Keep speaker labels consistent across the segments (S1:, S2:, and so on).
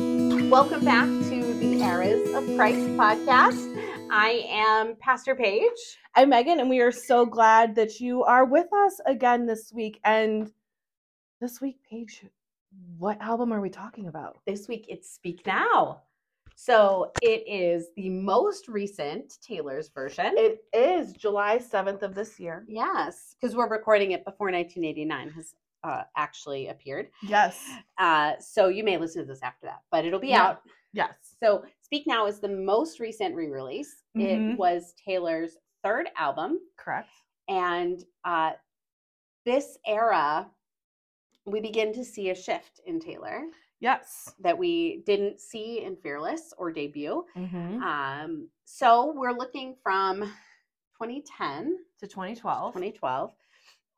S1: Welcome back to the Eras of Christ podcast. I am Pastor Paige.
S2: I'm Megan, and we are so glad that you are with us again this week. And this week, Paige, what album are we talking about?
S1: This week it's Speak Now. So it is the most recent Taylor's version.
S2: It is July 7th of this year.
S1: yes, because we're recording it before 1989 has uh, actually appeared.
S2: Yes.
S1: Uh, so you may listen to this after that, but it'll be
S2: Yeah.
S1: out.
S2: Yes.
S1: So Speak Now is the most recent re release. It
S2: Mhm.
S1: was Taylor's third album.
S2: Correct.
S1: And uh, this era, we begin to see a shift in Taylor
S2: Yes.
S1: that we didn't see in Fearless or debut.
S2: Mm-hmm.
S1: Um, so we're looking from 2010
S2: To 2012.
S1: 2012.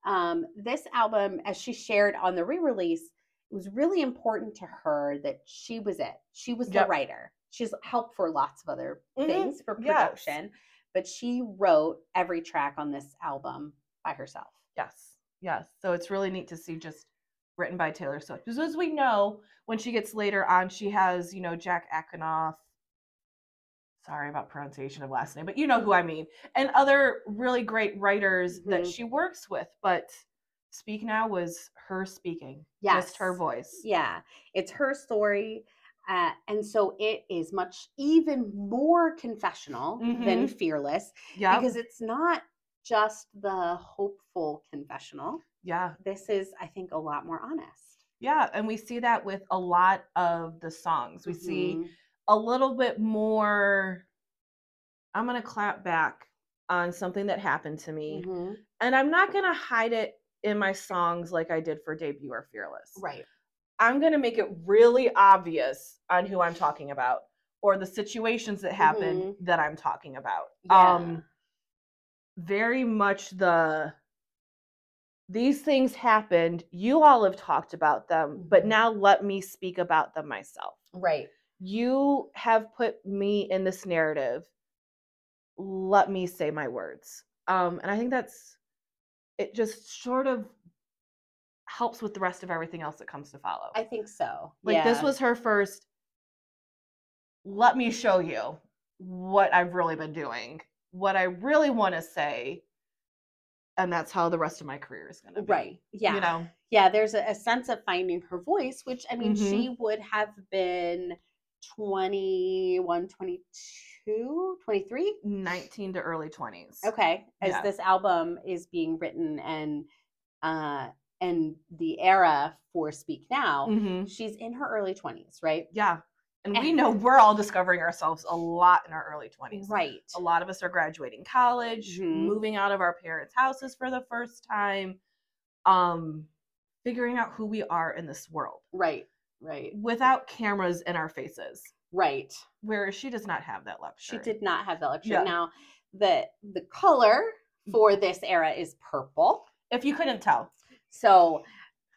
S1: Um, this album, as she shared on the re release, it was really important to her that she was it. She was
S2: Yep.
S1: the writer. She's helped for lots of other
S2: Mhm,
S1: things for
S2: yes.
S1: production, but she wrote every track on this album by herself.
S2: Yes. Yes. So it's really neat to see just written by Taylor Swift. Because as we know, when she gets later on, she has, you know, Jack Akinoff. Sorry about pronunciation of last name, but you know who I mean. And other really great writers that
S1: Mhm.
S2: she works with. But Speak Now was her speaking. Just her
S1: Yes.
S2: voice.
S1: Yeah, it's her story. Uh, and so it is much even more confessional than
S2: Mhm.
S1: Fearless
S2: Yeah.
S1: because it's not just the hopeful confessional.
S2: yeah.
S1: This is, I think, a lot more honest.
S2: Yeah. And we see that with a lot of the songs. We see
S1: Mhm.
S2: a little bit more i'm going to clap back on something that happened to me
S1: Mhm.
S2: and i'm not going to hide it in my songs like i did for debut or fearless
S1: Right.
S2: i'm going to make it really obvious on who i'm talking about or the situations that happened that i'm talking about
S1: Mm-hmm. Yeah.
S2: um very much the these things happened you all have talked about them but
S1: Mhm.
S2: now let me speak about them myself
S1: Right.
S2: you have put me in this narrative let me say my words um and i think that's it just sort of helps with the rest of everything else that comes to follow
S1: I think so.
S2: like this
S1: Yeah.
S2: was her first let me show you what i've really been doing what i really want to say and that's how the rest of my career is going to be
S1: right. Yeah.
S2: you know
S1: Yeah. There's a, a sense of finding her voice, which I mean,
S2: Mhm.
S1: she would have been 21, 22, 23
S2: 19 to early 20s
S1: Okay, as
S2: Yeah.
S1: this album is being written and uh and the era for Speak Now,
S2: Mhm.
S1: she's in her early 20s, right?
S2: Yeah. And we
S1: And-
S2: know we're all discovering ourselves a lot in our early 20s.
S1: Right.
S2: A lot of us are graduating college,
S1: Mhm.
S2: moving out of our parents' houses for the first time, um, figuring out who we are in this world
S1: Right. Right.
S2: without cameras in our faces,
S1: Right.
S2: where she does not have that luxury.
S1: She did not have that luxury.
S2: Yeah. Mm-hmm.
S1: Now, the the color for this era is purple.
S2: If you couldn't tell.
S1: So,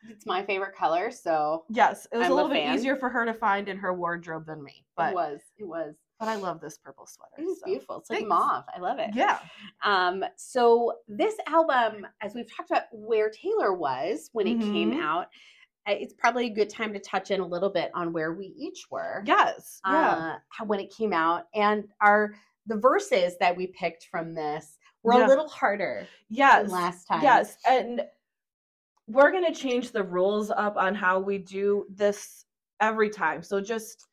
S1: it's my favorite color, so
S2: Yes, it was
S1: I'm a
S2: a little bit
S1: fan.
S2: easier for her to find in her wardrobe than me,
S1: it
S2: but
S1: was it was
S2: but I love this purple sweater.
S1: it is
S2: so.
S1: Mm, beautiful. It's like
S2: thanks.
S1: mauve. I love it.
S2: Yeah.
S1: Um, so this album, as we've talked about where Taylor was when it came
S2: Mhm.
S1: out, uh, it's probably a good time to touch in a little bit on where we each were.
S2: Yes. Yeah.
S1: Uh, how, when it came out and our the verses that we picked from this were
S2: Yeah.
S1: a little harder
S2: yes.
S1: than last time.
S2: Yes, and we're going to change the rules up on how we do this every time. So just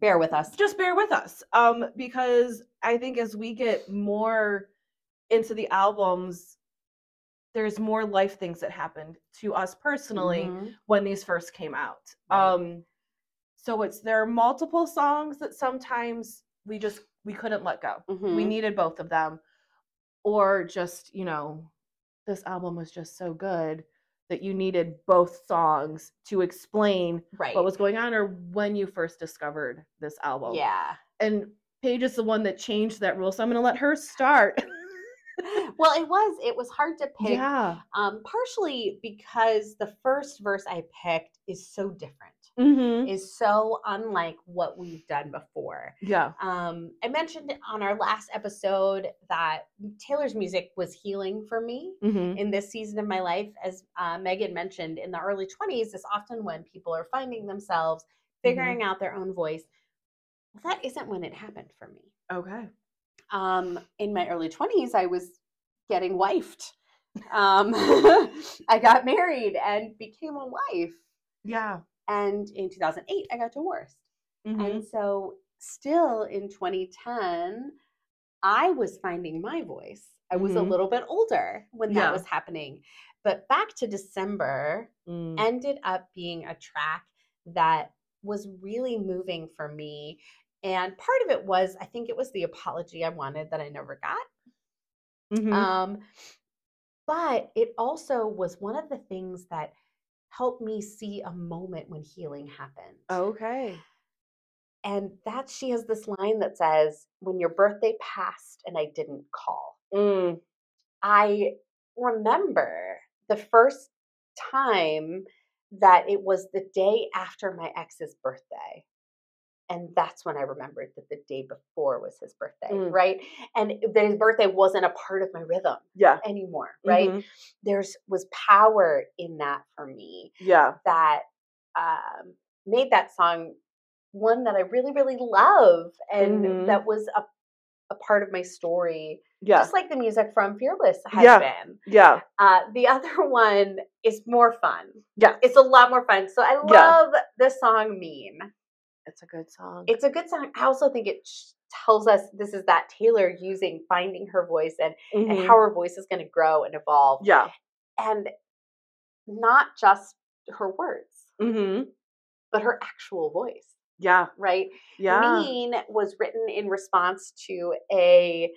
S1: Bear with us.
S2: just bear with us um because I think as we get more into the albums there's more life things that happened to us personally
S1: Mhm.
S2: when these first came out.
S1: Right.
S2: Um so it's there are multiple songs that sometimes we just we couldn't let go we
S1: Mhm.
S2: needed both of them or just you know this album was just so good that you needed both songs to explain
S1: right.
S2: what was going on or when you first discovered this album
S1: yeah.
S2: and paige is the one that changed that rule so i'm going to let her start
S1: Well, it was it was hard to pick
S2: yeah
S1: um partially because the first verse I picked is so different.
S2: mm-hmm.
S1: is so unlike what we've done before.
S2: yeah
S1: Um, I mentioned on our last episode that Taylor's music was healing for me
S2: mm-hmm.
S1: in this season of my life. As uh, Megan mentioned, in the early 20s is often when people are finding themselves,
S2: Mm-hmm.
S1: figuring out their own voice. Well, that isn't when it happened for me.
S2: Okay.
S1: Um, in my early 20s, I was getting wifed. Um, I got married and became a wife.
S2: Yeah.
S1: And in 2008, I got divorced.
S2: Mhm.
S1: And so, still in 2010, I was finding my voice. I was
S2: Mhm.
S1: a little bit older when that
S2: Yeah.
S1: was happening. But back to December
S2: Mm.
S1: ended up being a track that was really moving for me. And part of it was, I think it was the apology I wanted that I never got.
S2: Mhm.
S1: Um, but it also was one of the things that helped me see a moment when healing happened.
S2: okay.
S1: And that she has this line that says, When your birthday passed and I didn't call.
S2: Mm.
S1: I remember the first time that it was the day after my ex's birthday. And that's when I remembered that the day before was his birthday,
S2: Mm.
S1: right? And that his birthday wasn't a part of my rhythm
S2: Yeah.
S1: anymore, right?
S2: Mhm.
S1: There's was power in that for me
S2: Yeah.
S1: that um, made that song one that I really, really love and
S2: Mhm.
S1: that was a, a part of my story,
S2: Yeah.
S1: just like the music from Fearless has
S2: Yeah.
S1: been.
S2: yeah.
S1: Uh, the other one is more fun.
S2: Yeah.
S1: It's a lot more fun. So I
S2: Yeah.
S1: love the song Mean.
S2: It's a good song.
S1: It's a good song. I also think it sh- tells us this is that Taylor using finding her voice and,
S2: Mhm.
S1: and how her voice is going to grow and evolve.
S2: Yeah.
S1: And not just her words,
S2: Mm-hmm.
S1: but her actual voice,
S2: Yeah.
S1: right?
S2: Yeah.
S1: Mean was written in response to a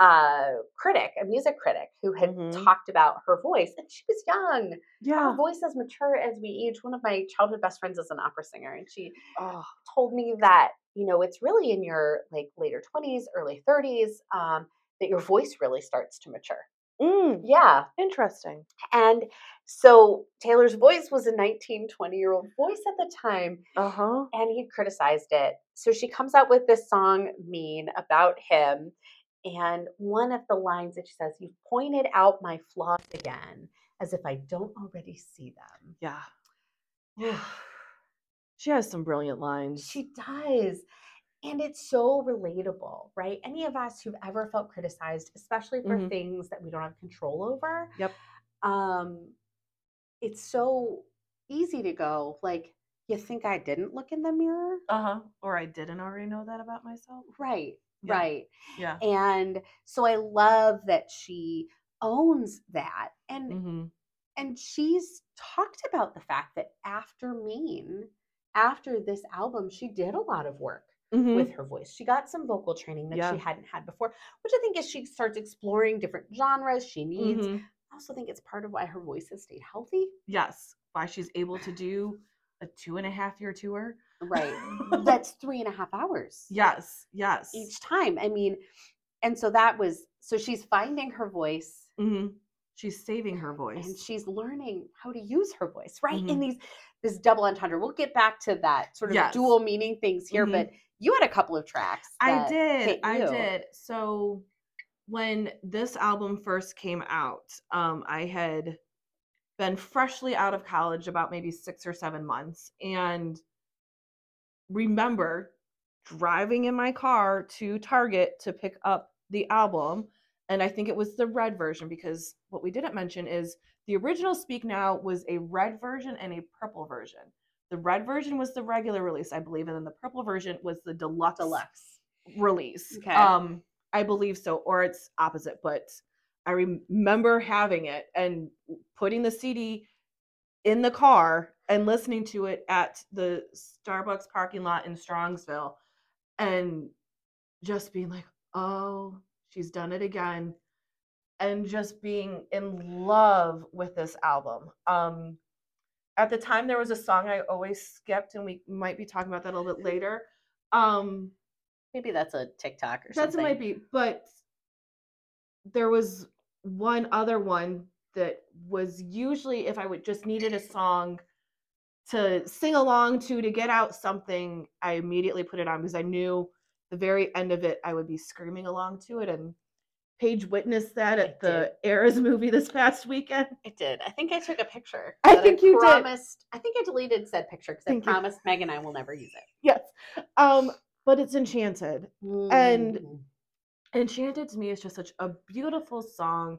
S1: uh, critic, a music critic, who had
S2: Mhm.
S1: talked about her voice, and she was young. Her
S2: Yeah.
S1: voice as mature as we age. One of my childhood best friends is an opera singer, and she
S2: Oh.
S1: told me that you know it's really in your like later twenties, early thirties um, that your voice really starts to mature.
S2: Mm.
S1: Yeah,
S2: Interesting.
S1: and so Taylor's voice was a 19, 20 year old voice at the time,
S2: Uh huh.
S1: and he criticized it. So she comes out with this song, Mean, about him. And one of the lines that she says, You've pointed out my flaws again, as if I don't already see them.
S2: Yeah. She has some brilliant lines.
S1: she does. And it's so relatable, right? Any of us who've ever felt criticized, especially for
S2: Mhm.
S1: things that we don't have control over.
S2: Yep.
S1: Um, it's so easy to go, like, you think I didn't look in the mirror?
S2: Uh huh. Or I didn't already know that about myself.
S1: Right,
S2: Yeah.
S1: right.
S2: Yeah.
S1: and so i love that she owns that and
S2: Mm-hmm.
S1: and she's talked about the fact that after mean after this album she did a lot of work
S2: Mm-hmm.
S1: with her voice she got some vocal training that
S2: Yeah.
S1: she hadn't had before which i think as she starts exploring different genres she needs
S2: Mhm.
S1: i also think it's part of why her voice has stayed healthy
S2: Yes. Why she's able to do a two and a half year tour.
S1: right that's three and a half hours
S2: yes. Yes.
S1: each time i mean and so that was so she's finding her voice
S2: hmm She's saving her voice.
S1: and she's learning how to use her voice right in
S2: Mhm.
S1: these this double entendre we'll get back to that sort of
S2: Yes.
S1: dual meaning things here
S2: Mhm.
S1: but you had a couple of tracks
S2: I
S1: that
S2: did.
S1: hit
S2: I
S1: you.
S2: did. So when this album first came out, um, I had been freshly out of college about maybe six or seven months and remember driving in my car to Target to pick up the album. And I think it was the red version because what we didn't mention is the original Speak Now was a red version and a purple version. The red version was the regular release, I believe, and then the purple version was the deluxe,
S1: deluxe
S2: release.
S1: Okay.
S2: Um, I believe so, or it's opposite, but I rem- remember having it and putting the CD in the car and listening to it at the Starbucks parking lot in Strongsville and just being like, oh, she's done it again. And just being in love with this album. Um, at the time, there was a song I always skipped, and we might be talking about that a little bit later. Um,
S1: maybe that's a tiktok or
S2: that's
S1: something
S2: it might be, but there was one other one that was usually if I would just needed a song to sing along to to get out something, I immediately put it on because I knew the very end of it I would be screaming along to it and Paige witnessed that at
S1: I
S2: the Eras movie this past weekend.
S1: It did. I think I took a picture.
S2: I
S1: that
S2: think you did.
S1: promised, I think I deleted said picture because I
S2: Thank you.
S1: promised Megan I will never use it.
S2: Yes. Um, but it's Enchanted. And-
S1: Mm-hmm.
S2: Enchanted to me is just such a beautiful song.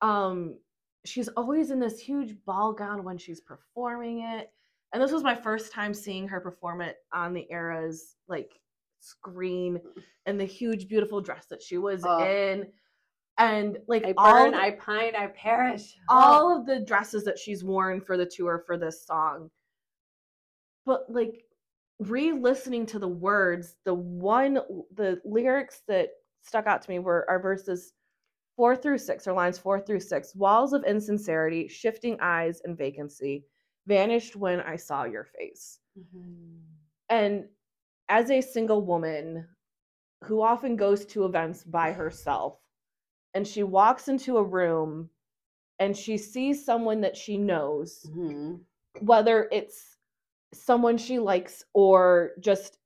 S2: Um, she's always in this huge ball gown when she's performing it. And this was my first time seeing her perform it on the era's like screen and the huge beautiful dress that she was
S1: Oh.
S2: in. And like
S1: I
S2: all
S1: burn,
S2: the-
S1: I pine, I perish.
S2: all of the dresses that she's worn for the tour for this song. But like re-listening to the words, the one the lyrics that stuck out to me were our verses four through six, or lines four through six. Walls of insincerity, shifting eyes and vacancy, vanished when I saw your face and as a single woman who often goes to events by herself and she walks into a room and she sees someone that she knows
S1: Mhm.
S2: Mm-hmm. whether it's someone she likes or just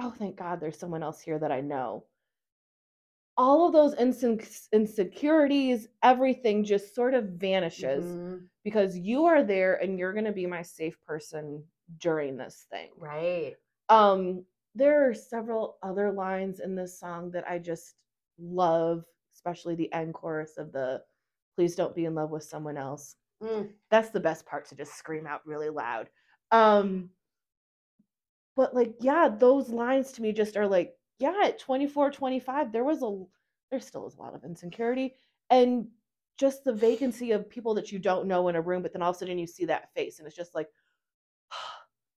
S2: oh thank god there's someone else here that i know all of those insin- insecurities everything just sort of vanishes
S1: Mhm.
S2: because you are there and you're going to be my safe person during this thing
S1: Right.
S2: um, there are several other lines in this song that I just love, especially the end chorus of the "Please don't be in love with someone else."
S1: Mm.
S2: That's the best part to just scream out really loud. Um, but like, yeah, those lines to me just are like, yeah, at 24, 25, there was a, there still is a lot of insecurity and just the vacancy of people that you don't know in a room, but then all of a sudden you see that face and it's just like,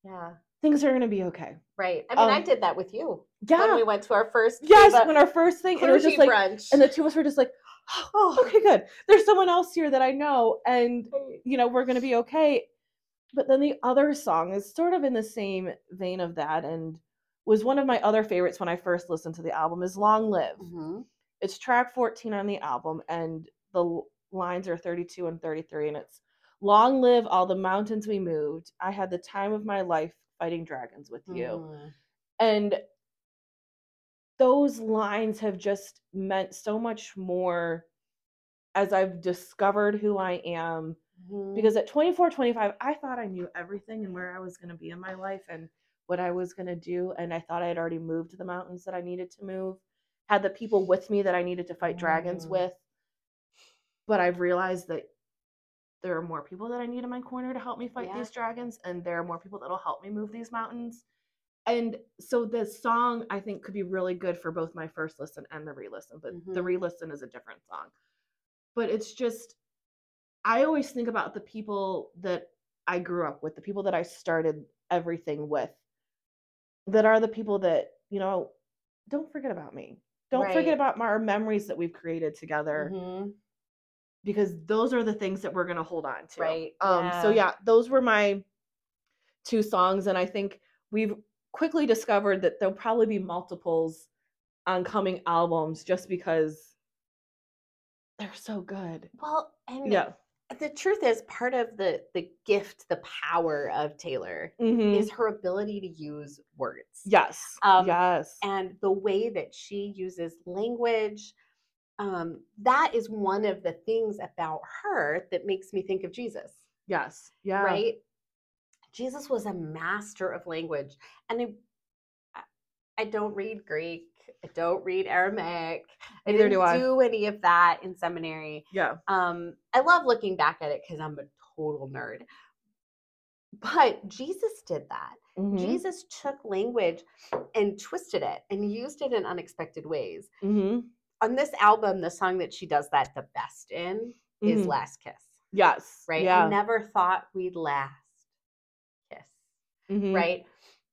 S1: Yeah.
S2: things are going to be okay.
S1: Right. I mean, I
S2: Um,
S1: did that with you
S2: Yeah.
S1: when we went to our first
S2: Yes,
S1: Cuba
S2: when our first thing, and it was
S1: clergy
S2: just like,
S1: brunch.
S2: and the two of us were just like, oh, okay, good. There's someone else here that I know, and you know we're gonna be okay. But then the other song is sort of in the same vein of that, and was one of my other favorites when I first listened to the album. Is "Long Live."
S1: Mhm.
S2: It's track 14 on the album, and the l- lines are 32 and 33, and it's "Long live all the mountains we moved. I had the time of my life fighting dragons with you."
S1: Mm.
S2: and those lines have just meant so much more as i've discovered who i am
S1: Mhm.
S2: because at 24 25 i thought i knew everything and where i was going to be in my life and what i was going to do and i thought i had already moved to the mountains that i needed to move had the people with me that i needed to fight dragons
S1: Mm.
S2: with but i've realized that there are more people that i need in my corner to help me fight
S1: Yeah.
S2: these dragons and there are more people that'll help me move these mountains and so the song i think could be really good for both my first listen and the re-listen but the
S1: Mhm.
S2: re-listen is a different song but it's just i always think about the people that i grew up with the people that i started everything with that are the people that you know don't forget about me don't
S1: Right.
S2: forget about my, our memories that we've created together
S1: Mhm.
S2: because those are the things that we're going to hold on to.
S1: Right,
S2: Um so
S1: yeah.
S2: yeah, those were my two songs and I think we've quickly discovered that there'll probably be multiples on coming albums just because they're so good.
S1: Well, and
S2: Yeah.
S1: the truth is part of the the gift, the power of Taylor
S2: Mhm.
S1: is her ability to use words.
S2: Yes.
S1: Um,
S2: yes.
S1: and the way that she uses language. Um, that is one of the things about her that makes me think of Jesus,
S2: yes. Yeah.
S1: right? Jesus was a master of language, and I, I- I don't read Greek, I don't read Aramaic, I
S2: Neither
S1: didn't
S2: do I.
S1: do any of that in seminary.
S2: Yeah.
S1: Um, I love looking back at it because I'm a total nerd, but Jesus did that.
S2: Mhm.
S1: Jesus took language and twisted it and used it in unexpected ways.
S2: Mhm.
S1: On this album, the song that she does that the best in is
S2: Mhm.
S1: Last Kiss,
S2: Yes.
S1: right? I
S2: Yeah.
S1: never thought we'd last kiss,
S2: Mhm.
S1: right?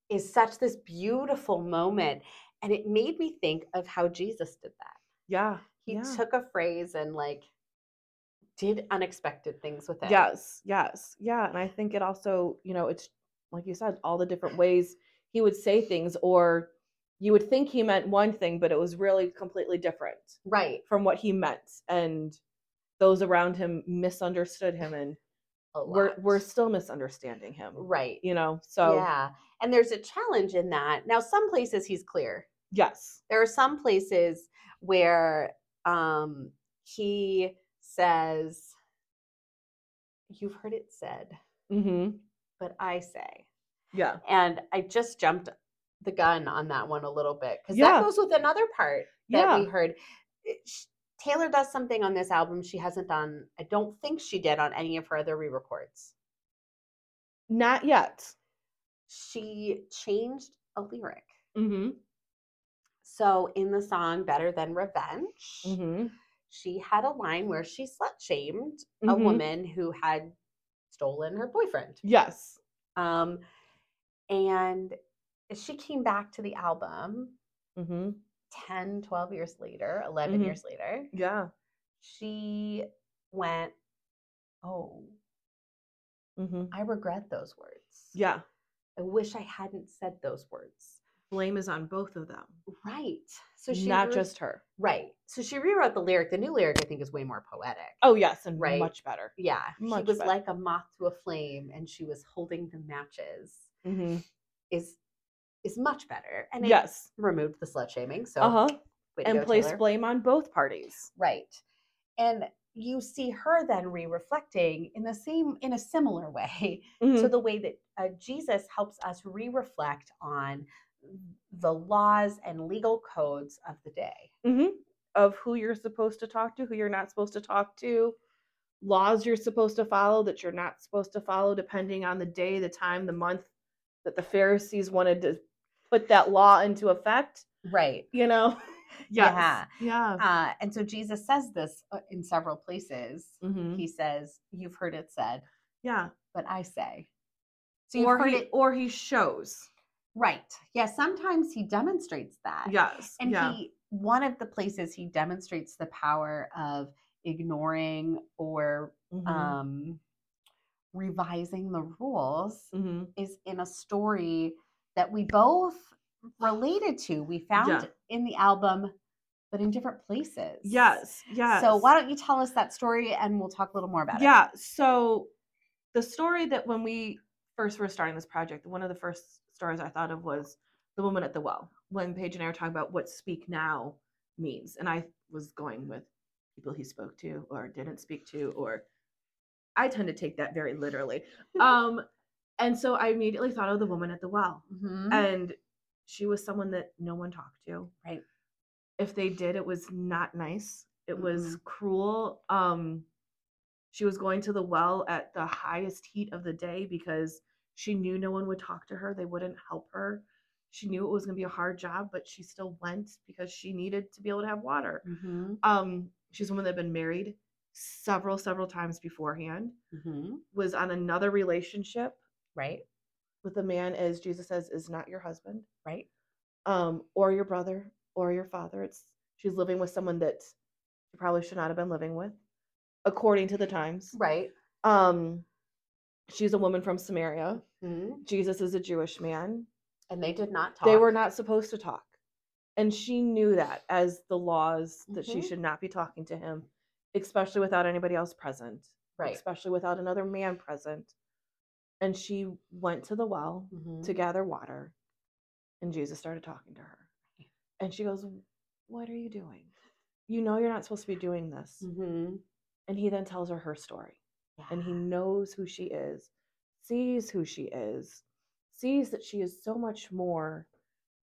S1: Is such this beautiful moment. And it made me think of how Jesus did that.
S2: Yeah.
S1: He
S2: Yeah.
S1: took a phrase and like did unexpected things with it.
S2: Yes, yes, yeah. And I think it also, you know, it's like you said, all the different ways he would say things, or you would think he meant one thing, but it was really completely different
S1: Right.
S2: from what he meant. And those around him misunderstood him, and
S1: A
S2: we're,
S1: lot.
S2: we're still misunderstanding him,
S1: right.
S2: you know? So,
S1: yeah. And there's a challenge in that. Now, some places he's clear,
S2: yes,
S1: there are some places where um, he says, You've heard it said,
S2: Mm-hmm.
S1: but I say.
S2: Yeah.
S1: And I just jumped the gun on that one a little bit because
S2: Yeah.
S1: that goes with another part that
S2: Yeah.
S1: we heard. It- sh- Taylor does something on this album she hasn't done, I don't think she did on any of her other re records.
S2: Not yet.
S1: She changed a lyric.
S2: Mm-hmm.
S1: So in the song Better Than Revenge,
S2: Mm-hmm.
S1: she had a line where she slut shamed a
S2: Mm-hmm.
S1: woman who had stolen her boyfriend.
S2: Yes.
S1: Um, and she came back to the album
S2: Mm-hmm.
S1: 10, 12 years later, 11
S2: Mhm.
S1: years later.
S2: Yeah.
S1: She went, Oh,
S2: Mm-hmm.
S1: I regret those words.
S2: Yeah.
S1: I wish I hadn't said those words.
S2: Blame is on both of them.
S1: Right. So she
S2: not
S1: re-
S2: just her.
S1: right. So she rewrote the lyric. The new lyric I think is way more poetic.
S2: Oh yes, and
S1: Right.
S2: much better.
S1: Yeah,
S2: Much
S1: she was
S2: better.
S1: like a moth to a flame, and she was holding the matches.
S2: Mm-hmm.
S1: Is is much better, and it
S2: Yes.
S1: removed the slut shaming. So,
S2: Uh huh.
S1: way to
S2: And
S1: go,
S2: place
S1: Taylor.
S2: blame on both parties.
S1: right, and you see her then re-reflecting in the same in a similar way. So
S2: Mhm.
S1: the way that uh, Jesus helps us re-reflect on the laws and legal codes of the day.
S2: Mhm. Of who you're supposed to talk to, who you're not supposed to talk to, laws you're supposed to follow that you're not supposed to follow, depending on the day, the time, the month that the Pharisees wanted to put that law into effect.
S1: Right.
S2: You know.
S1: Yeah.
S2: Yeah.
S1: Uh, and so Jesus says this uh, in several places.
S2: Mm-hmm.
S1: He says, "You've heard it said."
S2: Yeah.
S1: but I say. So you've
S2: or
S1: heard
S2: he
S1: it
S2: or he shows.
S1: right. Yeah, sometimes he demonstrates that.
S2: Yes.
S1: And
S2: yeah.
S1: he one of the places he demonstrates the power of ignoring or
S2: Mhm.
S1: um revising the rules
S2: Mhm.
S1: is in a story that we both related to. We found
S2: Yeah.
S1: in the album but in different places.
S2: Yes. Yes.
S1: So why don't you tell us that story and we'll talk a little more about it.
S2: yeah so the story that when we first were starting this project one of the first stories i thought of was the woman at the well when paige and i were talking about what speak now means and i was going with people he spoke to or didn't speak to or i tend to take that very literally um and so i immediately thought of the woman at the well
S1: Mhm.
S2: and she was someone that no one talked to
S1: Right.
S2: if they did it was not nice it was cruel um she was going to the well at the highest heat of the day because she knew no one would talk to her they wouldn't help her she knew it was going to be a hard job but she still went because she needed to be able to have water
S1: Mhm.
S2: um she's a woman that had been married several several times beforehand
S1: Mhm.
S2: was on another relationship
S1: Right?
S2: with a man as jesus says is not your husband
S1: Right?
S2: um, or your brother or your father. It's she's living with someone that she probably should not have been living with, according to the times.
S1: Right.
S2: Um, she's a woman from Samaria.
S1: Mhm.
S2: Jesus is a Jewish man.
S1: And they did not talk.
S2: They were not supposed to talk, and she knew that as the laws that she
S1: Mhm.
S2: should not be talking to him, especially without anybody else present,
S1: right.
S2: especially without another man present. And she went to the well
S1: Mhm.
S2: to gather water. And Jesus started talking to her. And she goes, What are you doing? You know you're not supposed to be doing this.
S1: Mhm.
S2: And he then tells her her story. And he
S1: Yeah.
S2: knows who she is, sees who she is, sees that she is so much more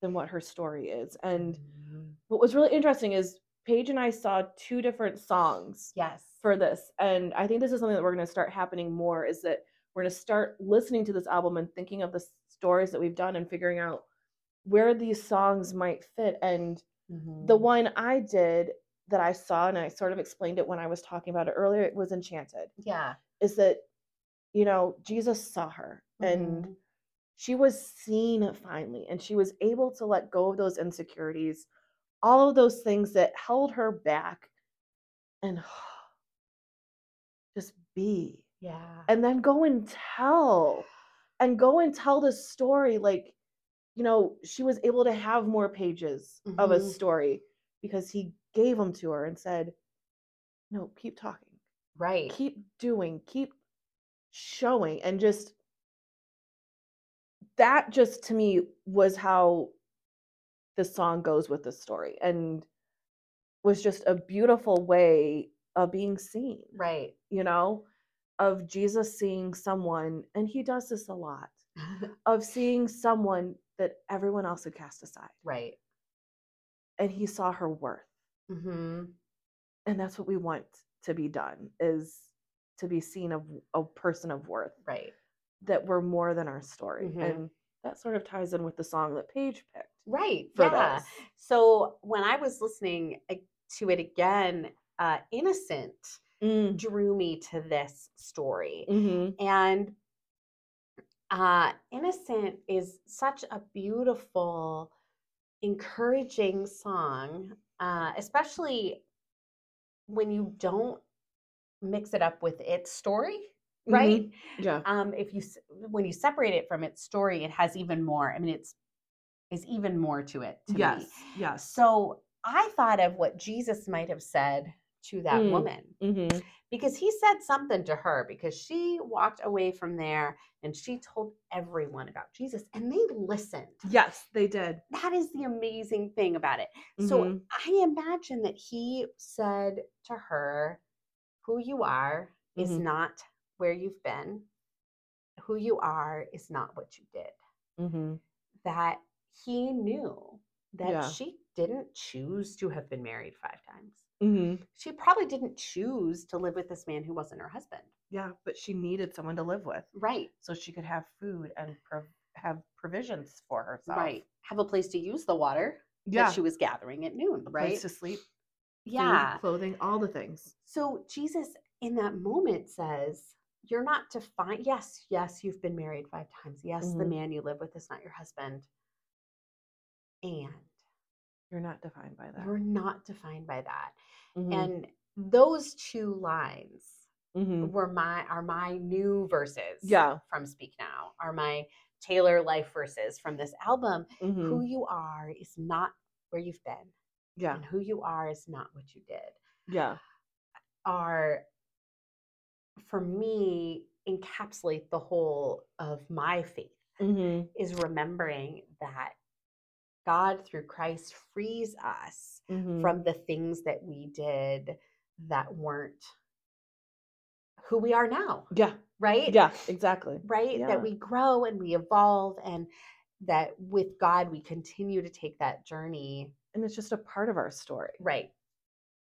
S2: than what her story is. And
S1: Mhm.
S2: what was really interesting is Paige and I saw two different songs
S1: yes.
S2: for this. And I think this is something that we're going to start happening more is that we're going to start listening to this album and thinking of the s- stories that we've done and figuring out where these songs might fit. And the
S1: Mhm.
S2: one I did that I saw, and I sort of explained it when I was talking about it earlier, it was Enchanted,
S1: Yeah.
S2: is that, you know, Jesus saw her and
S1: Mhm.
S2: she was seen finally, and she was able to let go of those insecurities, all of those things that held her back, and just be
S1: yeah.
S2: and then go and tell and go and tell the story like you know she was able to have more pages of a
S1: Mhm.
S2: story because he gave them to her and said no keep talking
S1: Right.
S2: keep doing keep showing and just that just to me was how the song goes with the story and was just a beautiful way of being seen,
S1: Right.
S2: you know, of Jesus seeing someone, and he does this a lot, of seeing someone that everyone else had cast aside.
S1: right.
S2: And he saw her worth.
S1: Mm-hmm.
S2: And that's what we want to be done is to be seen of a person of worth.
S1: Right.
S2: that were more than our story.
S1: Mhm.
S2: And that sort of ties in with the song that Paige picked
S1: Right.
S2: for
S1: yeah.
S2: this.
S1: So when I was listening uh, to it again, uh, Innocent drew me to this story.
S2: Mhm.
S1: And uh, Innocent is such a beautiful, encouraging song, uh, especially when you don't mix it up with its story, right?
S2: Yeah.
S1: um, if you s- when you separate it from its story, it has even more. I mean, it's is even more to it to
S2: yes.
S1: me.
S2: Yes.
S1: So I thought of what Jesus might have said to that
S2: Mm.
S1: woman
S2: Mm-hmm.
S1: because he said something to her because she walked away from there and she told everyone about Jesus and they listened.
S2: Yes, they did.
S1: That is the amazing thing about it. So
S2: Mhm.
S1: I imagine that he said to her, Who you are is
S2: Mhm.
S1: not where you've been. Who you are is not what you did.
S2: Mm-hmm.
S1: That he knew that
S2: Yeah.
S1: she didn't choose to have been married five times.
S2: Mm-hmm.
S1: She probably didn't choose to live with this man who wasn't her husband.
S2: Yeah, but she needed someone to live with
S1: Right,
S2: so she could have food and prov- have provisions for herself.
S1: right. Have a place to use the water
S2: Yeah.
S1: that she was gathering at noon, right?
S2: Place to sleep,
S1: yeah.
S2: food, clothing, all the things.
S1: So Jesus in that moment says, You're not defined. Yes, yes, you've been married five times. Yes, the
S2: Mhm.
S1: man you live with is not your husband. And
S2: You're not defined by that.
S1: you're not defined by that.
S2: Mhm.
S1: And those two lines
S2: Mhm.
S1: were my are my new verses
S2: Yeah.
S1: from Speak Now, are my Taylor Life verses from this album.
S2: Mhm.
S1: Who you are is not where you've been.
S2: Yeah.
S1: And who you are is not what you did.
S2: Yeah.
S1: are for me encapsulate the whole of my faith
S2: Mhm.
S1: is remembering that God through Christ frees us
S2: Mhm.
S1: from the things that we did that weren't who we are now,
S2: Yeah.
S1: right?
S2: Yeah, exactly.
S1: Right?
S2: Yeah.
S1: That we grow and we evolve and that with God we continue to take that journey.
S2: and it's just a part of our story
S1: Right.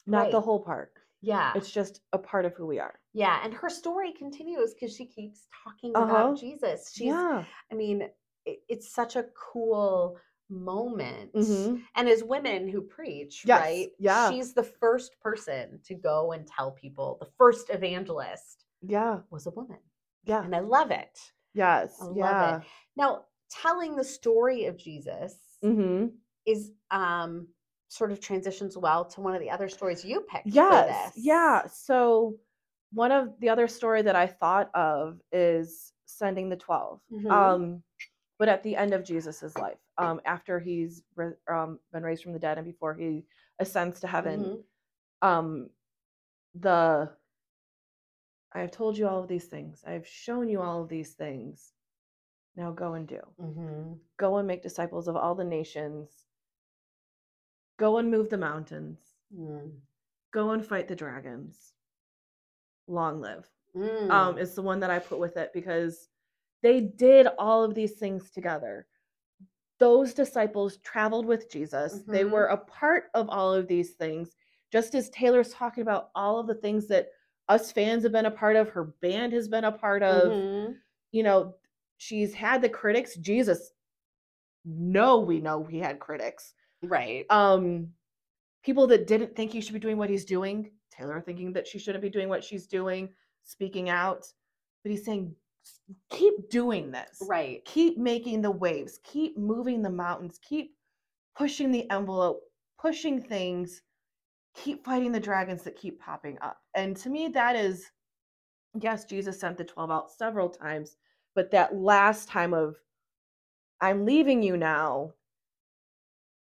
S2: not the
S1: Right.
S2: whole part
S1: Yeah.
S2: it's just a part of who we are
S1: yeah. And her story continues because she keeps talking
S2: Uh-huh.
S1: about Jesus. She's
S2: yeah
S1: I mean, it, it's such a cool moment.
S2: Mhm.
S1: And as women who preach,
S2: Yes,
S1: right?
S2: yeah.
S1: She's the first person to go and tell people. The first evangelist
S2: yeah
S1: was a woman.
S2: yeah
S1: And I love it.
S2: yes
S1: I love it.
S2: yeah
S1: Now, telling the story of Jesus
S2: hmm
S1: is um sort of transitions well to one of the other stories you picked
S2: yes
S1: for this.
S2: yeah so one of the other story that i thought of is sending the 12
S1: Mhm.
S2: um but at the end of jesus's life um after he's re- um, been raised from the dead and before he ascends to heaven
S1: Mhm.
S2: um the I have told you all of these things. I have shown you all of these things. Now go and do.
S1: Mhm.
S2: Go and make disciples of all the nations. Go and move the mountains.
S1: Mm.
S2: Go and fight the dragons. Long live.
S1: Mm.
S2: Um, is the one that I put with it because they did all of these things together. Those disciples traveled with Jesus. They
S1: Mhm.
S2: were a part of all of these things. Just as Taylor's talking about all of the things that us fans have been a part of, her band has been a part of.
S1: Mhm.
S2: you know, she's had the critics. Jesus, no, we know he had critics.
S1: right.
S2: Um, people that didn't think he should be doing what he's doing. Taylor thinking that she shouldn't be doing what she's doing, speaking out. But he's saying, "S- keep doing this.
S1: right.
S2: Keep making the waves. Keep moving the mountains. Keep pushing the envelope, pushing things. Keep fighting the dragons that keep popping up. And to me, that is yes, Jesus sent the 12 out several times, but that last time of, I'm leaving you now,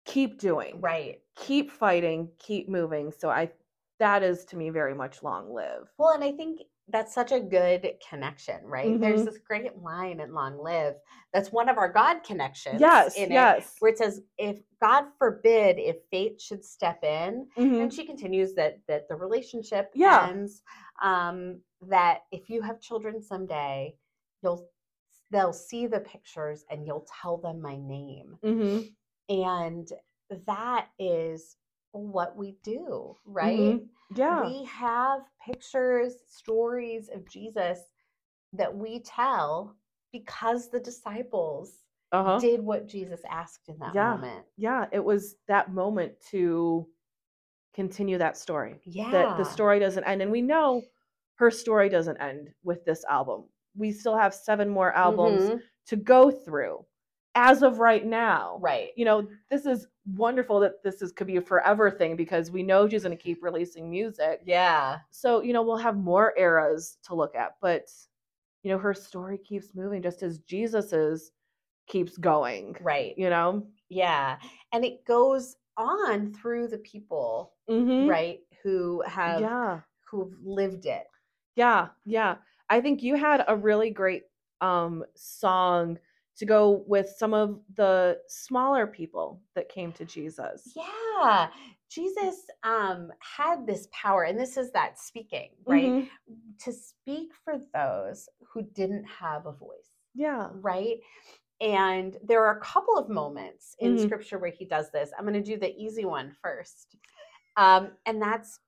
S2: keep doing,
S1: Right.
S2: keep fighting, keep moving. So I, that is to me very much long live.
S1: Well, and I think that's such a good connection, right? There's
S2: Mhm.
S1: this great line in Long Live. That's one of our God connections.
S2: Yes,
S1: in it,
S2: yes.
S1: where it says, "If God forbid, if fate should step in,"
S2: Mhm.
S1: and she continues that that the relationship
S2: Yeah.
S1: ends. Um, that if you have children someday, you'll they'll see the pictures and you'll tell them my name,
S2: Mhm.
S1: and that is what we do, right?
S2: Mhm. Yeah.
S1: we have pictures, stories of Jesus that we tell because the disciples
S2: uh-huh.
S1: did what Jesus asked in that
S2: Yeah.
S1: moment.
S2: yeah, it was that moment to continue that story.
S1: Yeah.
S2: That the story doesn't end. And we know her story doesn't end with this album. We still have seven more albums
S1: Mhm.
S2: to go through as of right now.
S1: Right.
S2: You know, this is wonderful that this is could be a forever thing because we know she's gonna keep releasing music.
S1: Yeah.
S2: So, you know, we'll have more eras to look at, but you know, her story keeps moving just as Jesus's keeps going.
S1: Right.
S2: You know?
S1: Yeah. And it goes on through the people,
S2: Mm-hmm.
S1: right, who have
S2: Yeah.
S1: who've lived it.
S2: Yeah, yeah. I think you had a really great um song to go with some of the smaller people that came to Jesus.
S1: Yeah. Jesus um had this power and this is that speaking, right?
S2: Mhm.
S1: To speak for those who didn't have a voice.
S2: Yeah.
S1: right? And there are a couple of moments in
S2: Mhm.
S1: scripture where he does this. I'm going to do the easy one first. Um, and that's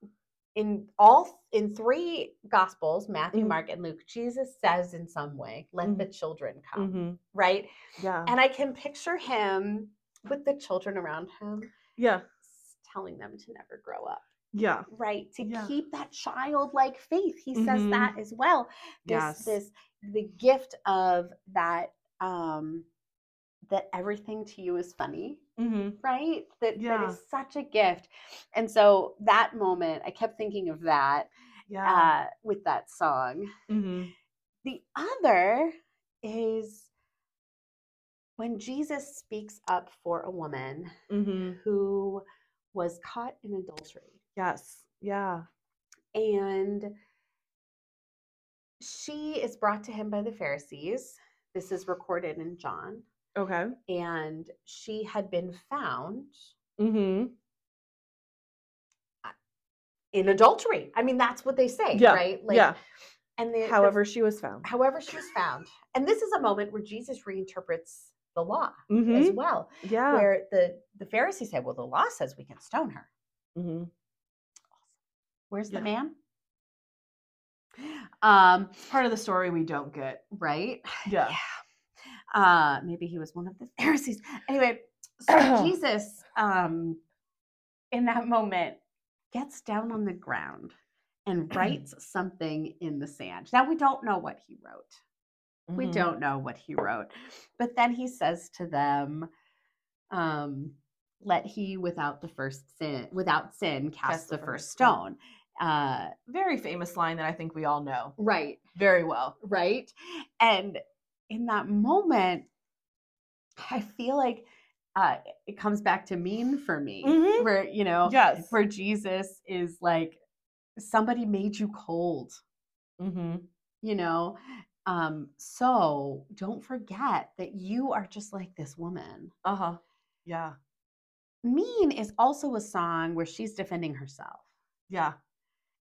S1: in all in three gospels, Matthew,
S2: Mhm.
S1: Mark, and Luke, Jesus says in some way, let the children come,
S2: Mhm.
S1: right?
S2: Yeah.
S1: And I can picture him with the children around him
S2: Yeah.
S1: s- telling them to never grow up,
S2: Yeah.
S1: right? To
S2: Yeah.
S1: keep that childlike faith. He says
S2: Mhm.
S1: that as well this
S2: Yes.
S1: this the gift of that um that everything to you is funny
S2: Mhm.
S1: right that that
S2: Yeah.
S1: is such a gift and so that moment i kept thinking of that
S2: Yeah.
S1: uh with that song
S2: Mhm.
S1: the other is when jesus speaks up for a woman
S2: Mhm.
S1: who was caught in adultery
S2: Yes. Yeah.
S1: and she is brought to him by the pharisees this is recorded in john
S2: Okay.
S1: and she had been found
S2: Mhm.
S1: in adultery. I mean, that's what they say,
S2: Yeah.
S1: right?
S2: yeah.
S1: And the, however,
S2: However she was found.
S1: however she was found, and this is a moment where Jesus reinterprets the law as
S2: Mhm.
S1: well,
S2: Yeah.
S1: where the the Pharisees said, "Well, the law says we can stone her.
S2: Mhm.
S1: Where's the
S2: Yeah.
S1: man?" Um,
S2: Part of the story we don't get.
S1: right?
S2: Yeah.
S1: Uh, maybe he was one of the Pharisees. Anyway, so Jesus, um, in that moment, gets down on the ground and writes something in the sand. Now, we don't know what he wrote. We
S2: Mhm.
S1: don't know what he wrote. But then he says to them, um, let he without the first sin, without sin, cast, the, first stone. Uh,
S2: Very famous line that I think we all know
S1: right.
S2: very well.
S1: right? And in that moment, I feel like uh, it comes back to mean for me,
S2: Mhm.
S1: where you know,
S2: Yes.
S1: where Jesus is like, somebody made you cold,
S2: Mm-hmm.
S1: you know. Um, so don't forget that you are just like this woman.
S2: Uh huh. Yeah.
S1: Mean is also a song where she's defending herself.
S2: Yeah.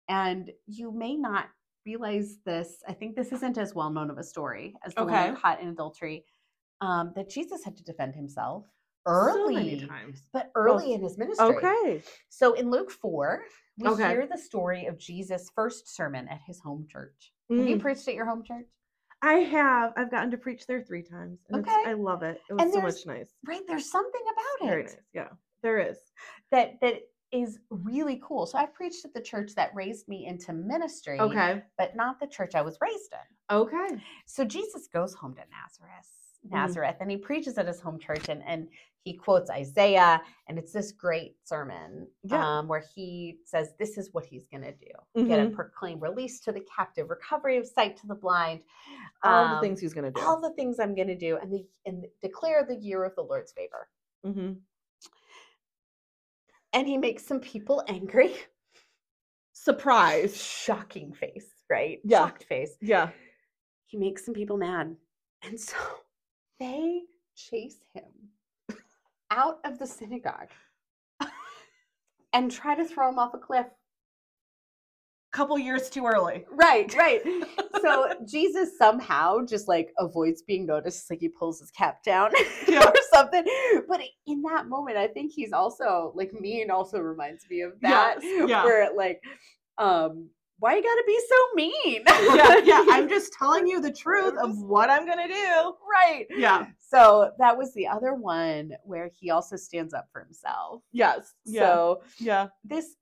S1: and you may not realize this. I think this isn't as well known of a story as the woman
S2: Okay.
S1: caught in adultery. Um, that Jesus had to defend himself
S2: So
S1: early,
S2: many times.
S1: but early in his ministry.
S2: Okay.
S1: So in Luke four, we
S2: Okay.
S1: hear the story of Jesus' first sermon at his home church. Have you
S2: Mm.
S1: preached at your home church?
S2: I have. I've gotten to preach there three times. And it's-
S1: Okay.
S2: I love it. It was
S1: And
S2: so
S1: there's
S2: much nice.
S1: Right, there's something about it
S2: Very nice. Yeah. There is.
S1: that that is really cool. So I've preached at the church that raised me into ministry,
S2: Okay.
S1: but not the church I was raised in.
S2: Okay.
S1: So Jesus goes home to Nazareth,
S2: Mm.
S1: Nazareth, and he preaches at his home church, and and he quotes Isaiah, and it's this great sermon
S2: Yeah.
S1: um, where he says, "This is what he's going to do: get a
S2: Mhm.
S1: proclaim release to the captive, recovery of sight to the blind,
S2: All the
S1: um,
S2: things he's gonna do.
S1: all the things I'm going to do, and the and declare the year of the Lord's favor."
S2: mm-hmm.
S1: And he makes some people angry.
S2: Surprise.
S1: Shocking face, right?
S2: Yeah.
S1: Shocked face.
S2: Yeah.
S1: He makes some people mad. And so they chase him out of the synagogue and try to throw him off a cliff.
S2: Couple years too early.
S1: Right, right. so Jesus somehow just like avoids being noticed, like he pulls his cap down
S2: Yeah.
S1: or something. But in that moment, I think he's also like mean. Also reminds me of that,
S2: Yes, yeah.
S1: where like, um, why you gotta be so mean?
S2: yeah, yeah. I'm just telling you the truth of what I'm gonna do.
S1: right.
S2: Yeah.
S1: So that was the other one where he also stands up for himself.
S2: Yes. Yeah.
S1: So
S2: yeah.
S1: this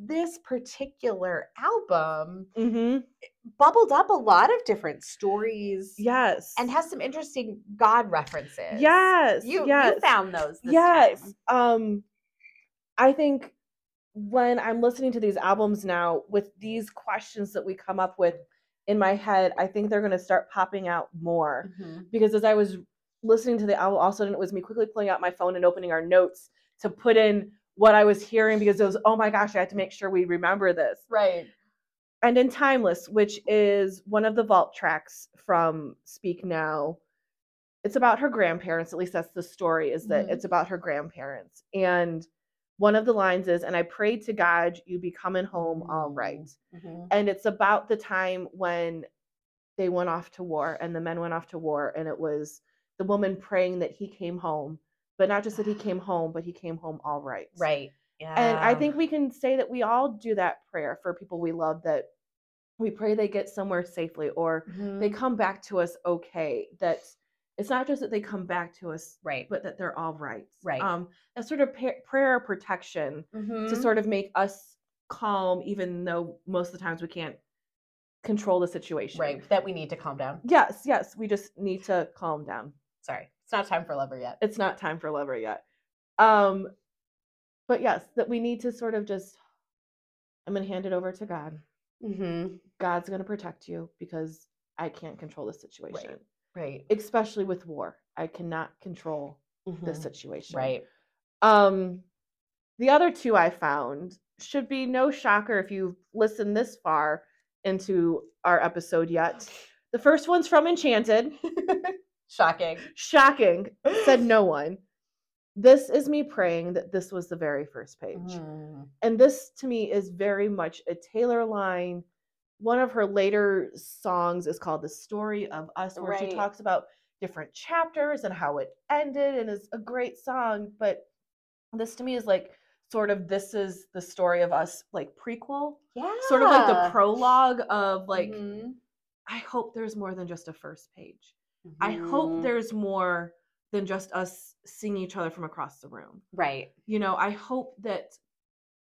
S1: this particular album
S2: Mm-hmm.
S1: bubbled up a lot of different stories.
S2: Yes.
S1: and has some interesting God references.
S2: yes.
S1: you
S2: yes.
S1: you found those. This
S2: yes.
S1: time.
S2: Um, I think when I'm listening to these albums now, with these questions that we come up with in my head, I think they're gonna start popping out more. because as I was listening to the album, all of a sudden it was me quickly pulling out my phone and opening our notes to put in what I was hearing because it was, oh my gosh, I have to make sure we remember this.
S1: Right.
S2: And in Timeless, which is one of the vault tracks from Speak Now, it's about her grandparents. At least that's the story, is that
S1: Mhm.
S2: it's about her grandparents. And one of the lines is, and I pray to God you be coming home all right and it's about the time when they went off to war and the men went off to war and it was the woman praying that he came home but not just that he came home but he came home all right
S1: Right. Yeah.
S2: and i think we can say that we all do that prayer for people we love that we pray they get somewhere safely or
S1: Mm-hmm.
S2: they come back to us okay that it's not just that they come back to us
S1: right.
S2: but that they're all right
S1: Right.
S2: um that sort of pa- prayer protection
S1: Mm-hmm.
S2: to sort of make us calm, even though most of the times we can't control the situation.
S1: right that we need to calm down.
S2: Yes, yes. We just need to calm down.
S1: Sorry, it's not time for lover yet.
S2: It's not time for lover yet. Um, but yes, that we need to sort of just. I'm gonna hand it over to God.
S1: Mm-hmm.
S2: God's gonna protect you because I can't control the situation,
S1: Right. Mm-hmm.
S2: especially with war. I cannot control the situation.
S1: Right.
S2: Um, the other two I found should be no shocker if you've listened this far into our episode yet. The first one's from Enchanted.
S1: Shocking.
S2: Shocking, said no one. This is me praying that this was the very first page.
S1: Mm-hmm.
S2: And this to me is very much a Taylor line. One of her later songs is called The Story of Us, where
S1: Right.
S2: she talks about different chapters and how it ended, and it's a great song. But this to me is like sort of this is the story of us, like prequel,
S1: Yeah.
S2: sort of like
S1: Ah.
S2: the prologue of like,
S1: Mhm.
S2: I hope there's more than just a first page. I hope
S1: Mhm.
S2: there's more than just us seeing each other from across the room.
S1: Right.
S2: You know, I hope that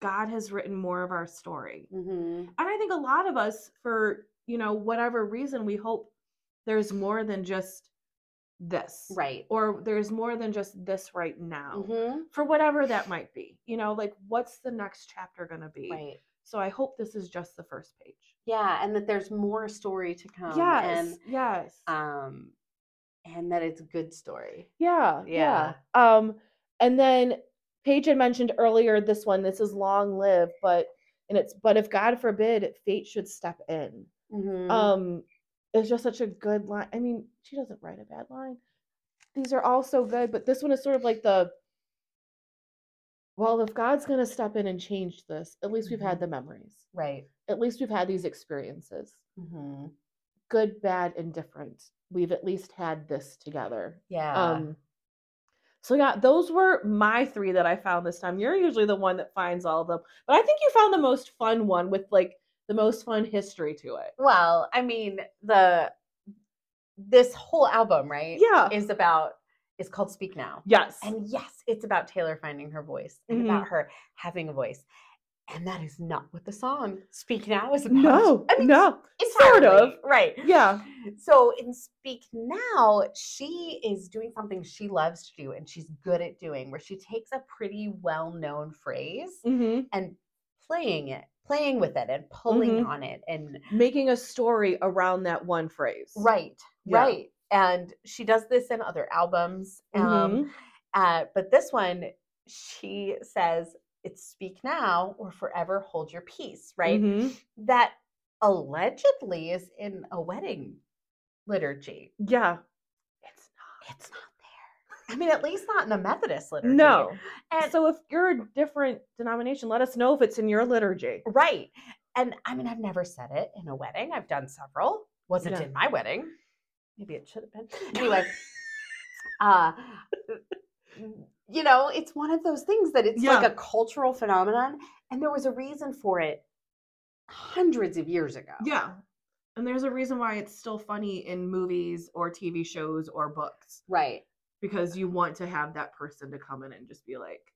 S2: God has written more of our story.
S1: Mm-hmm.
S2: And I think a lot of us, for, you know, whatever reason, we hope there's more than just this.
S1: Right.
S2: Or there's more than just this right now.
S1: Mm-hmm.
S2: For whatever that might be. You know, like what's the next chapter going to be?
S1: Right.
S2: So I hope this is just the first page.
S1: Yeah, and that there's more story to come.
S2: yes.
S1: Um, And
S2: yes.
S1: um and that it's a good story
S2: Yeah, yeah. Um, and then Paige had mentioned earlier this one. This is long live, but and it's but if God forbid, fate should step in.
S1: Mm-hmm.
S2: Um, it's just such a good line. I mean, she doesn't write a bad line. These are all so good, but this one is sort of like the. Well, if God's gonna step in and change this, at least we've had
S1: Mhm.
S2: the memories.
S1: right
S2: At least we've had these experiences,
S1: mm-hmm.
S2: good, bad, and different. We've at least had this together.
S3: Uh.
S1: yeah
S2: Um, so yeah, those were my three that I found this time. You're usually the one that finds all of them, but I think you found the most fun one with like the most fun history to it.
S1: well i mean the this whole album right
S2: Yeah.
S1: is about is called speak now
S2: Yes.
S1: and yes it's about taylor finding her voice and
S2: Mhm.
S1: about her having a voice and that is not what the song speak now is about
S2: no.
S1: I mean,
S2: no.
S1: entirely,
S2: Sort of.
S1: right
S2: Yeah.
S1: So in Speak Now, she is doing something she loves to do and she's good at doing, where she takes a pretty well known phrase
S2: Mhm.
S1: and playing it, playing with it and pulling
S2: Mhm.
S1: on it and
S2: Making a story around that one phrase.
S1: right,
S2: Yeah.
S1: right. And she does this in other albums. Um,
S2: Mhm.
S1: uh, but this one, she says, it's speak now or forever hold your peace, right?
S2: Mhm.
S1: That allegedly is in a wedding liturgy.
S2: Yeah.
S3: It's
S1: It's not there. I mean, at least not in the Methodist liturgy.
S2: No.
S1: And
S2: so if you're a different denomination, let us know if it's in your liturgy.
S1: right. And I mean, I've never said it in a wedding. I've done several. Wasn't
S2: Yeah.
S1: in my wedding. Maybe it should have been. Anyway. uh you know, it's one of those things that it's
S2: Yeah.
S1: like a cultural phenomenon and there was a reason for it hundreds of years ago.
S3: Yeah. And there's a reason why it's still funny in movies or TV shows or books
S1: Right.
S3: because you want to have that person to come in and just be like,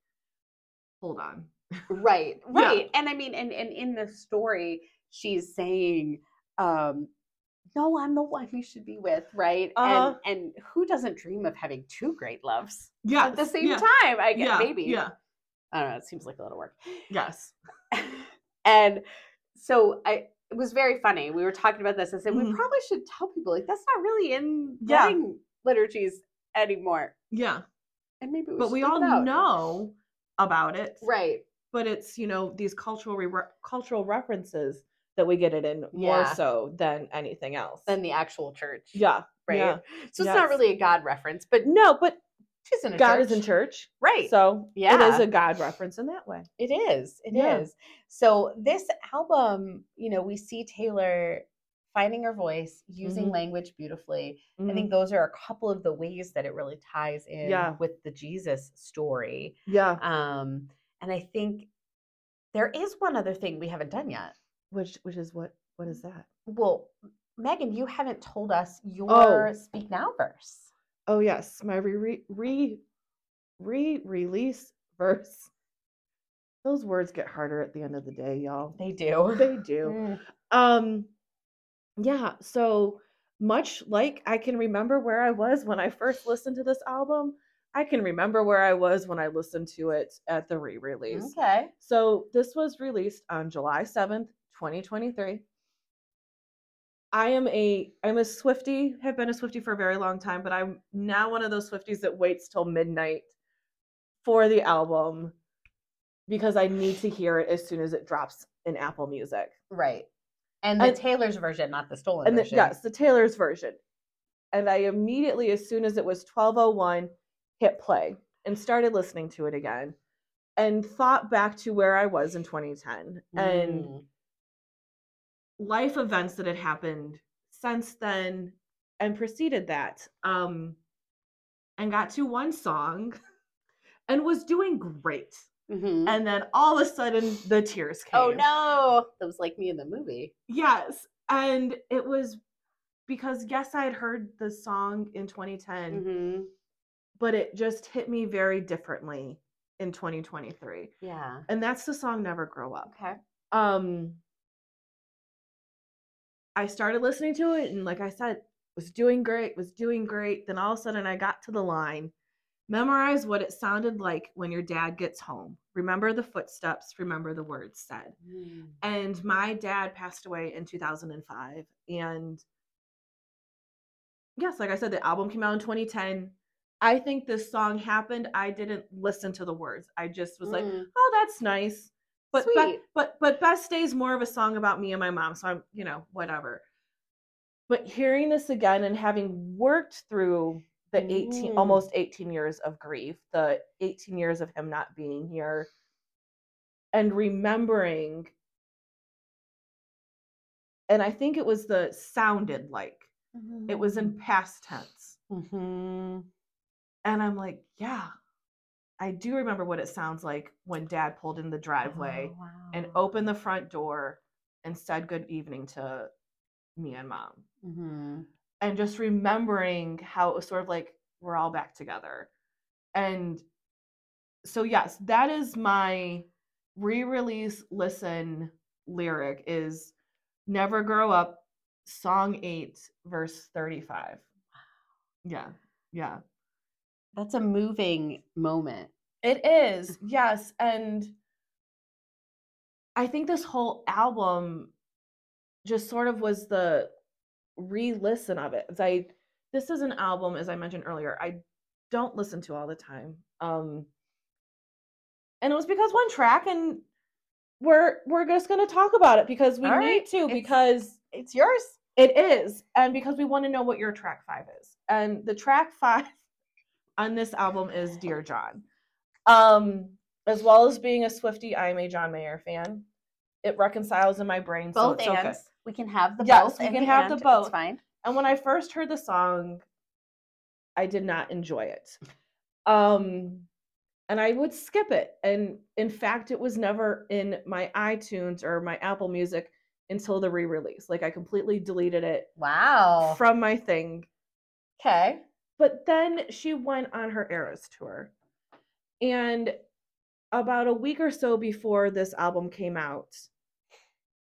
S3: hold on.
S1: Right.
S3: Yeah.
S1: Right. And I mean and and in the story she's saying um no, I'm the one you should be with, right?
S2: Uh-huh.
S1: And and who doesn't dream of having two great loves
S3: Yeah.
S1: at the same time? I guess
S3: Yeah.
S1: maybe.
S3: Yeah.
S1: I don't know, it seems like a lot of work.
S3: Yes.
S1: and so I it was very funny. We were talking about this. I said we
S3: Mhm.
S1: probably should tell people like that's not really in
S3: Yeah.
S1: wedding liturgies anymore.
S3: Yeah.
S1: And maybe we
S3: But
S1: should
S3: we
S1: leave
S3: all
S1: it out.
S3: know about it.
S1: right?
S3: But it's, you know, these cultural re- cultural references that we get it in more
S1: Yeah.
S3: so than anything else.
S1: Than the actual church,
S2: Yeah.
S1: right?
S2: yeah.
S1: So it's not
S2: Yes.
S1: really a God reference, but
S2: No, but
S1: she's in a
S2: God
S1: church.
S2: is in church.
S1: right?
S2: So it
S1: Yeah.
S2: is a God reference in that way.
S1: It is. It is.
S2: Yeah.
S1: So this album, you know, we see Taylor finding her voice, using
S2: Mhm.
S1: language beautifully. I
S3: Mm-hmm.
S1: think those are a couple of the ways that it really ties in
S2: Mm-hmm. Yeah.
S1: with the Jesus story.
S2: Yeah.
S1: Um, and I think there is one other thing we haven't done yet.
S2: Which which is what what is that?
S1: Well, Megan, you haven't told us your Speak Now verse.
S2: Oh yes, my re re re re release verse. Those words get harder at the end of the day, y'all.
S1: They do.
S2: They do.
S1: Mm.
S2: Um yeah, so much like I can remember where I was when I first listened to this album, I can remember where I was when I listened to it at the re-release.
S1: Okay.
S2: So this was released on July 7th, 2023. I am a I'm a Swifty, have been a Swifty for a very long time, but I'm now one of those Swifties that waits till midnight for the album because I need to hear it as soon as it drops in Apple Music.
S1: Right. And the
S2: And-
S1: Taylor's version, not the stolen
S2: And the,
S1: version.
S2: yes, the Taylor's version. And I immediately, as soon as it was 1201, hit play and started listening to it again and thought back to where I was in 2010. And
S1: Mm.
S2: life events that had happened since then and preceded that um and got to one song and was doing great
S1: Mhm.
S2: and then all of a sudden the tears came
S1: oh no, that was like me in the movie.
S2: yes and it was because yes i had heard the song in 2010
S1: Mhm.
S2: but it just hit me very differently in 2023
S1: Yeah.
S2: and that's the song never grow up
S1: Okay.
S2: um i started listening to it and like i said was doing great was doing great then all of a sudden i got to the line memorize what it sounded like when your dad gets home remember the footsteps remember the words said
S1: Mm.
S2: and my dad passed away in 2005 and yes like i said the album came out in 2010 i think this song happened i didn't listen to the words i just was like
S1: Mm.
S2: oh that's nice but Be-
S1: Sweet.
S2: but but best day is more of a song about me and my mom so i'm you know whatever but hearing this again and having worked through the 18
S1: Mm.
S2: almost 18 years of grief the 18 years of him not being here and remembering and i think it was the sounded like
S1: Mm-hmm.
S2: it was
S1: Mm.
S2: in past tense
S1: Mhm.
S2: and i'm like yeah i do remember what it sounds like when dad pulled in the driveway
S1: Oh, wow.
S2: and opened the front door and said good evening to me and mom.
S1: Mhm.
S2: And just remembering how it was sort of like we're all back together. And so yes, that is my re-release listen lyric is never grow up song 8 verse 35. Yeah. Yeah.
S1: That's a moving moment.
S2: It is, yes. And I think this whole album just sort of was the re listen of it. 'Cause I, this is an album, as I mentioned earlier, I don't listen to all the time. Um, and it was because one track, and we're we're just going to talk about it because we
S4: All
S2: need
S4: right,
S2: to
S4: it's-
S2: because
S4: It's yours.
S2: it is and because we want to know what your track 5 is. And the track 5 on this album is Dear John. Um as well as being a Swifty, I am a John Mayer fan. It reconciles in my brain so
S1: Both
S2: it's
S1: and
S2: okay.
S1: we can have the
S2: Yes,
S1: both.
S2: we
S1: and
S2: can have the
S1: and,
S2: both.
S1: It's fine.
S2: And when I first heard the song, I did not enjoy it. Um, and I would skip it. And in fact, it was never in my iTunes or my Apple Music until the re release. Like I completely deleted it
S1: Oh.
S4: Wow.
S2: from my thing.
S4: Okay.
S2: But then she went on her Eras tour. And about a week or so before this album came out,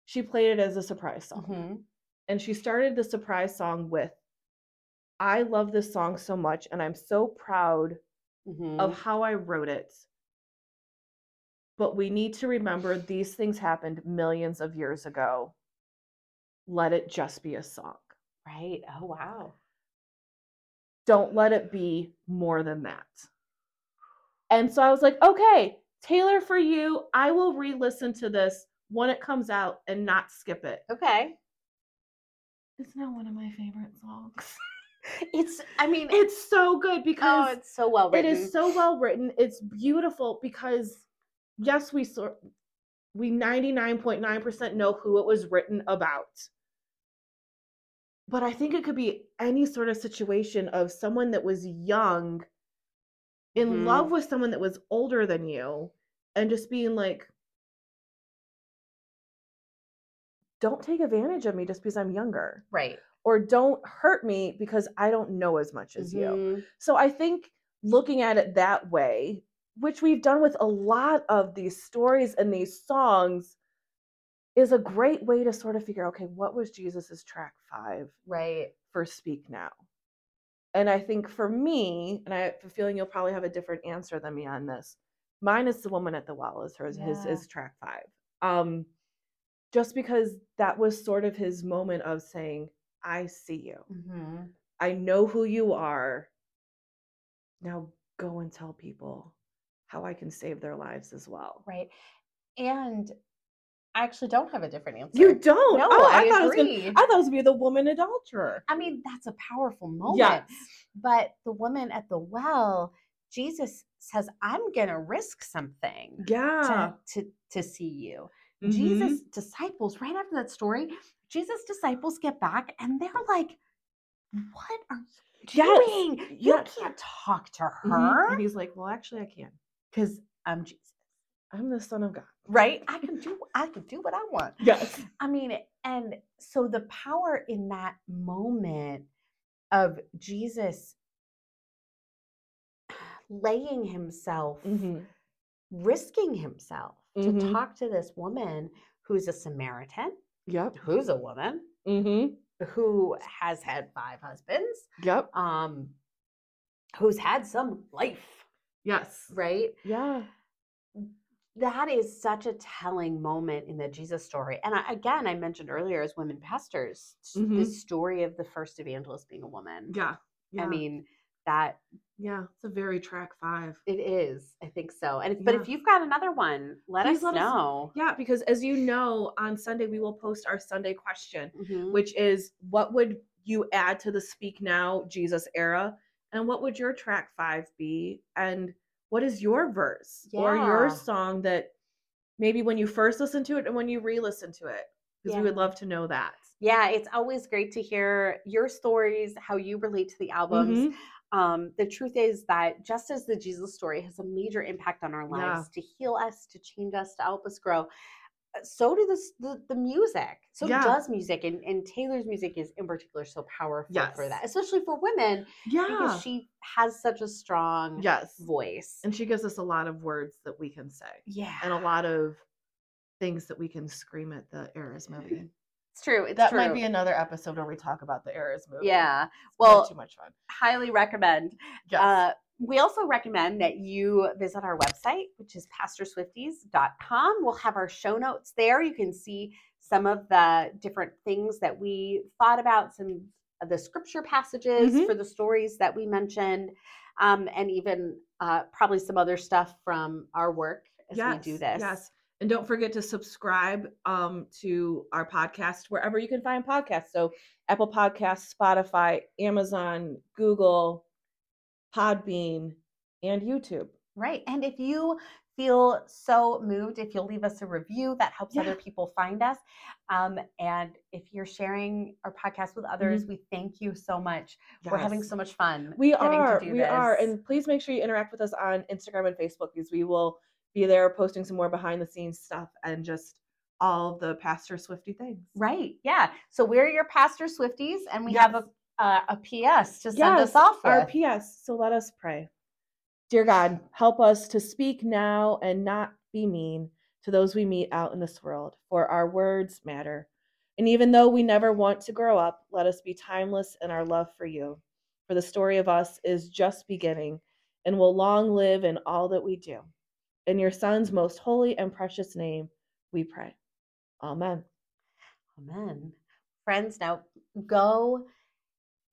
S2: she played it as a surprise song
S1: Mhm.
S2: and she started the surprise song with I love this song so much and I'm so proud
S1: Mhm.
S2: of how I wrote it. But we need to remember these things happened millions of years ago. Let it just be a song.
S1: Right. Oh wow.
S2: Don't let it be more than that. And so I was like, okay, Taylor, for you, I will re listen to this when it comes out and not skip it.
S1: Okay.
S2: It's now one of my favorite songs.
S1: It's. I mean.
S2: it's so good because
S1: oh, it's so well written.
S2: It is so well written. It's beautiful because yes, we saw we 99.9% know who it was written about. But I think it could be any sort of situation of someone that was young in
S1: Mhm.
S2: love with someone that was older than you and just being like don't take advantage of me just because I'm younger
S1: right.
S2: or don't hurt me because I don't know as much as you.
S1: Mhm.
S2: So I think looking at it that way, which we've done with a lot of these stories and these songs, is a great way to sort of figure okay, what was Jesus's track five
S1: Right.
S2: for Speak Now? And I think for me, and I have a feeling you'll probably have a different answer than me on this. Mine is the woman at the well is hers his
S4: Yeah.
S2: is track five. Um just because that was sort of his moment of saying, I see you.
S4: Mm-hmm.
S2: I know who you are. Now go and tell people how I can save their lives as well.
S1: Right. And I actually don't have a different answer.
S2: You don't.
S1: No,
S2: oh,
S1: I,
S2: I, thought it was gonna,
S1: agree.
S2: I thought it was gonna be the woman adulterer.
S1: I mean, that's a powerful moment.
S2: Yes.
S1: But the woman at the well, Jesus says, I'm going to risk something
S2: Yeah.
S1: to, to, to see you.
S2: Mhm.
S1: Jesus' disciples, right after that story, Jesus' disciples get back and they're like, What are you
S2: Mm-hmm. Yes.
S1: doing? You
S2: Yes.
S1: can't talk to
S2: Mhm.
S1: her
S2: And he's like, Well, actually I can.
S1: because I'm Jesus,
S2: I'm the son of God.
S1: right? I can do I can do what I want.
S2: Yes.
S1: I mean, and so the power in that moment of Jesus laying himself,
S2: Mhm.
S1: risking himself to
S2: Mhm.
S1: talk to this woman who's a Samaritan,
S2: Yep.
S1: who's a woman
S2: Mm-hmm.
S1: who has had five husbands,
S2: Yep.
S1: um, who's had some life,
S2: Yes.
S1: right?
S2: Yeah.
S1: that is such a telling moment in the Jesus story. And I, again, I mentioned earlier as women pastors, s-
S2: Mhm.
S1: the story of the first evangelist being a woman.
S2: Yeah.
S1: I mean, that
S2: Yeah. It's a very track five.
S1: it is. I think so. And if, but
S2: Yeah.
S1: if you've got another one, let
S2: Please
S1: us
S2: let us-
S1: know.
S2: Yeah, because as you know, on Sunday we will post our Sunday question.
S1: Mhm.
S2: which is what would you add to the Speak Now Jesus era? And what would your track five be? And what is your verse or your
S1: Yeah.
S2: song that maybe when you first listened to it and when you re listen to it? Because
S1: Yeah.
S2: we would love to know that.
S1: Yeah, it's always great to hear your stories, how you relate to the albums.
S4: Mm-hmm.
S2: Mhm.
S1: Um, the truth is that just as the Jesus story has a major impact on our lives to heal us, to change us, to help us grow, uh, so do this, the, the music. So
S2: Yeah.
S1: does music. And, and Taylor's music is, in particular, so powerful for
S2: Yes.
S1: that, especially for women,
S2: Yeah.
S1: because she has such a strong
S2: yes.
S1: voice.
S2: And she gives us a lot of words that we can say
S1: yeah.
S2: and a lot of things that we can scream at the Eras movie.
S1: it's true. It's
S4: that
S1: true.
S4: might be another episode where we talk about the Eras movie.
S1: yeah.
S2: It's not
S1: Well,
S2: too much fun.
S1: highly recommend.
S4: Yes.
S1: Uh, we also recommend that you visit our website, which is pastorswifties.com. We'll have our show notes there. You can see some of the different things that we thought about, some of the scripture passages
S2: Mhm.
S1: for the stories that we mentioned, um, and even uh, probably some other stuff from our work as we do this.
S2: Yes. And don't forget to subscribe um, to our podcast wherever you can find podcasts. So Apple Podcasts, Spotify, Amazon, Google, Podbean, and YouTube.
S1: Right. And if you feel so moved, if you'll leave us a review, that helps
S2: Yeah.
S1: other people find us. Um, and if you're sharing our podcast with others, we thank you so much. We're having
S2: Mm-hmm. Yes.
S1: so much fun.
S2: We
S1: getting
S2: are.
S1: To do
S2: we
S1: this.
S2: are. And please make sure you interact with us on Instagram and Facebook because we will be there posting some more behind the scenes stuff and just all the Pastor Swifty things.
S1: right. Yeah. So we're your pastor Swifties, and we have a uh, a PS to send us
S2: Yes,
S1: off with.
S2: Our PS. So let us pray. Dear God, help us to speak now and not be mean to those we meet out in this world, for our words matter. And even though we never want to grow up, let us be timeless in our love for you. For the story of us is just beginning and will long live in all that we do. In your Son's most holy and precious name, we pray. Amen.
S1: Amen. Friends, now go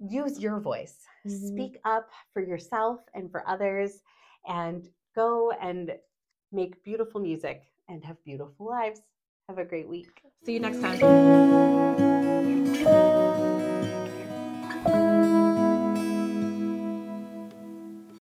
S1: use your voice.
S2: Mhm.
S1: Speak up for yourself and for others, and go and make beautiful music and have beautiful lives. Have a great week.
S2: See you next time.